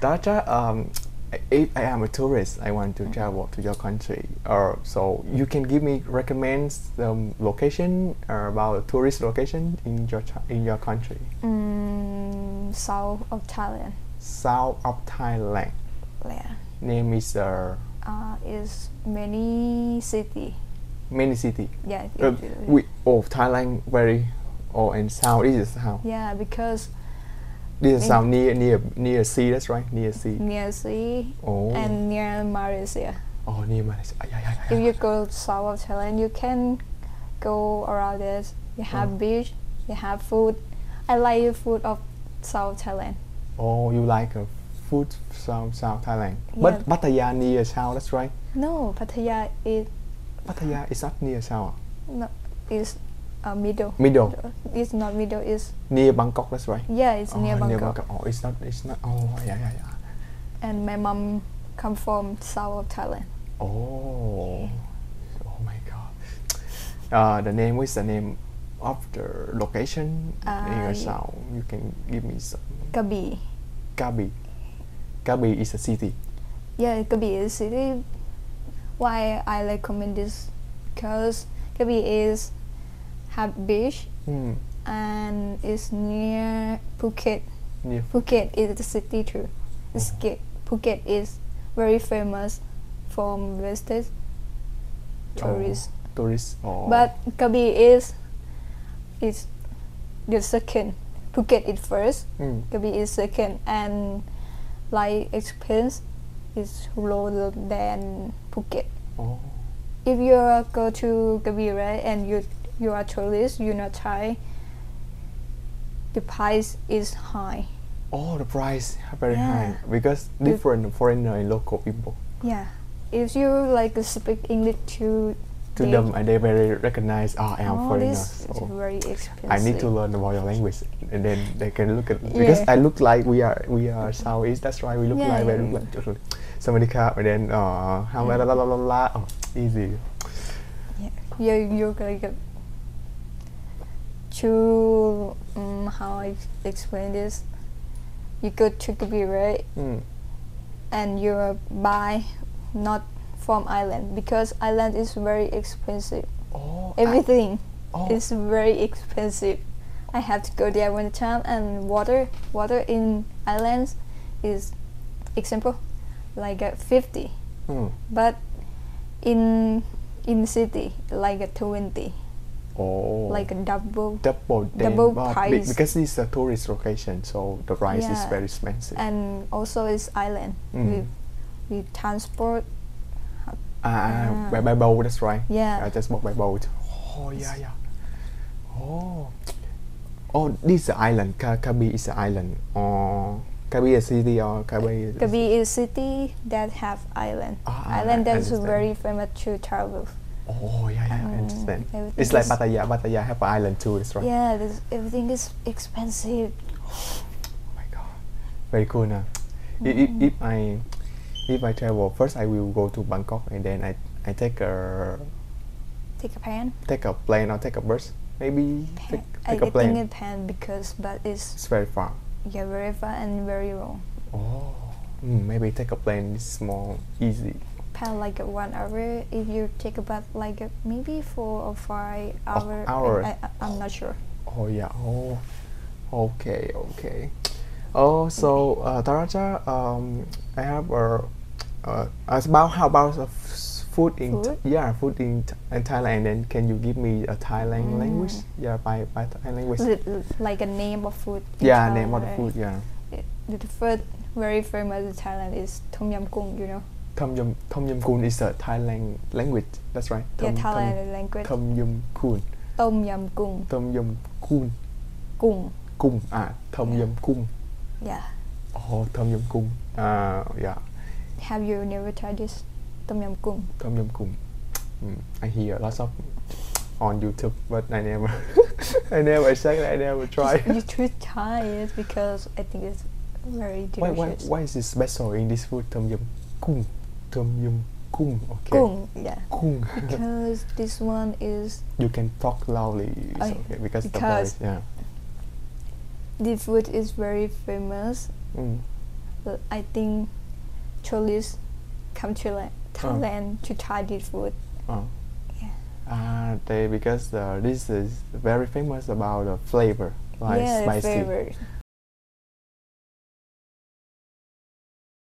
Dasha, um, if I am a tourist, I want Mm-hmm. to travel to your country. Or so you can give me recommends the location or about tourist location in your chi- in your country, Mm, south of Thailand. south of Thailand. Yeah. Name is uh, Uh, is many city. many city. Yeah. it- Uh, it- we oh Thailand very oh and south. This is south. yeah, because This is in- south near near near sea. That's right near sea. near sea Oh Mm. and near Malaysia. oh near Malaysia. Ay, ay, ay, ay, If ay. you go south of Thailand, you can go around this. You have Oh. beach, you have food. I like the food of south Thailand. Oh, you like a food from South Thailand. Yeah. But Pattaya near South, that's right. No, Pattaya is Pattaya is not near South. not is uh, middle. Middle. It's not middle. It's Near Bangkok, that's right. yeah, it's Oh, near Bangkok. Oh, it's not, it's not, oh, yeah, yeah, yeah. And my mom come from south of Thailand. Oh, oh my God. Uh, the name, what's the name of the location Uh, near South? You can give me some. Krabi. Gabi. Gabi is a city. Yeah, Krabi is city. Why I recommend this? Because Krabi is have beach Hmm. and it's near Phuket. Near Phuket is the city too. It's ge- Phuket is very famous for visitors, Oh. tourists. tourists. Oh. But Krabi is is the second. Phuket is first. Hmm. Krabi is second, and like expense is lower than Phuket. Oh. If you are go to Krabi right, and you you are tourist, you not Thai. The price is high. Oh, the price are very Yeah. high because different foreigner and local people. Yeah. If you like speak English to To they- them, and they very recognize. Ah, I am all foreigner, Oh. this is so very expensive. I need to learn about your language, and then they can look at because Yeah. I look like we are we are Southeast. That's why we look Yeah, like we yeah. look like totally. somebody car, and then uh, how la la la la la. Oh, easy. Yeah, you're gonna get to um, how I explain this. You go to Kobe, right? Mm. And you buy not from island because island is very expensive. Oh, I- Everything oh, is very expensive. I have to go there one time and water water in islands is example like uh, fifty. mm. but in in city like a 20 oh, like a double double then, double but be- price. because it's a tourist location, so the price is Yeah. very expensive. and also it's island Mm. we, we transport Ah, Ah. by, by boat, that's right. Yeah. I just bought by boat. Oh, yeah, yeah. Oh. Oh, this is an island. Ka- Krabi is an island. Oh, Krabi is a city or Krabi is... Krabi is city that have island Ah, I- island I that's understand. very famous to travel Oh, yeah, yeah, I understand. everything It's like is- Pattaya. Pattaya have an island too, that's right. yeah this, everything is expensive Oh my god. Very cool, now. If, if I if I travel, first I will go to Bangkok and then I, I take a take a pen take a plane or take a bus. Maybe take, I, I take a think plane. a pen because but it's It's very far. yeah very far and very long Oh, mm, maybe take a plane is more easy. pen like a one hour if you take about like a, maybe four or five hour, Oh, hour. I, I, I'm not sure Oh yeah. Oh, okay, okay. Oh, so uh, Taraja, um, I have a uh, as about how about the f- food in Th- Food? yeah food in, Th- in Thailand. Then can you give me a Mm. Thailand language? Yeah, by by Thai language. Li- li- like a name of food. in yeah, name of the Thailand. food. Yeah, Yeah, The, the first very famous in Thailand is tom yum goong, you know. Tom Yum Tom Yum Kun is a Thailand language. That's right. Tom, yeah, Thailand language. Tom, Tom Yum Kun. Tom yum goong, Tom Yum Kun. goong. Cung. À, Tom Yum Cung. Yeah. Oh, Tom Yum Cung. Uh, yeah, Have you never tried this? Tom yum goong. Tom Yum Cung. Mm, I hear lots of on YouTube, but I never, I never check, I never try. You should try it because I think it's very why, why, delicious. why is this special in this food? Tom Yum Cung. Tom Yum Cung. Okay. Goong, yeah. Cung. Because this one is you can talk loudly. It's I- okay because, because- the voice. Yeah. the food is very famous Mm. l- I think tourists come to like Thailand to try this food. Oh. Yeah. Uh, they because uh, this is very famous about the flavor, like yeah, spicy. flavor.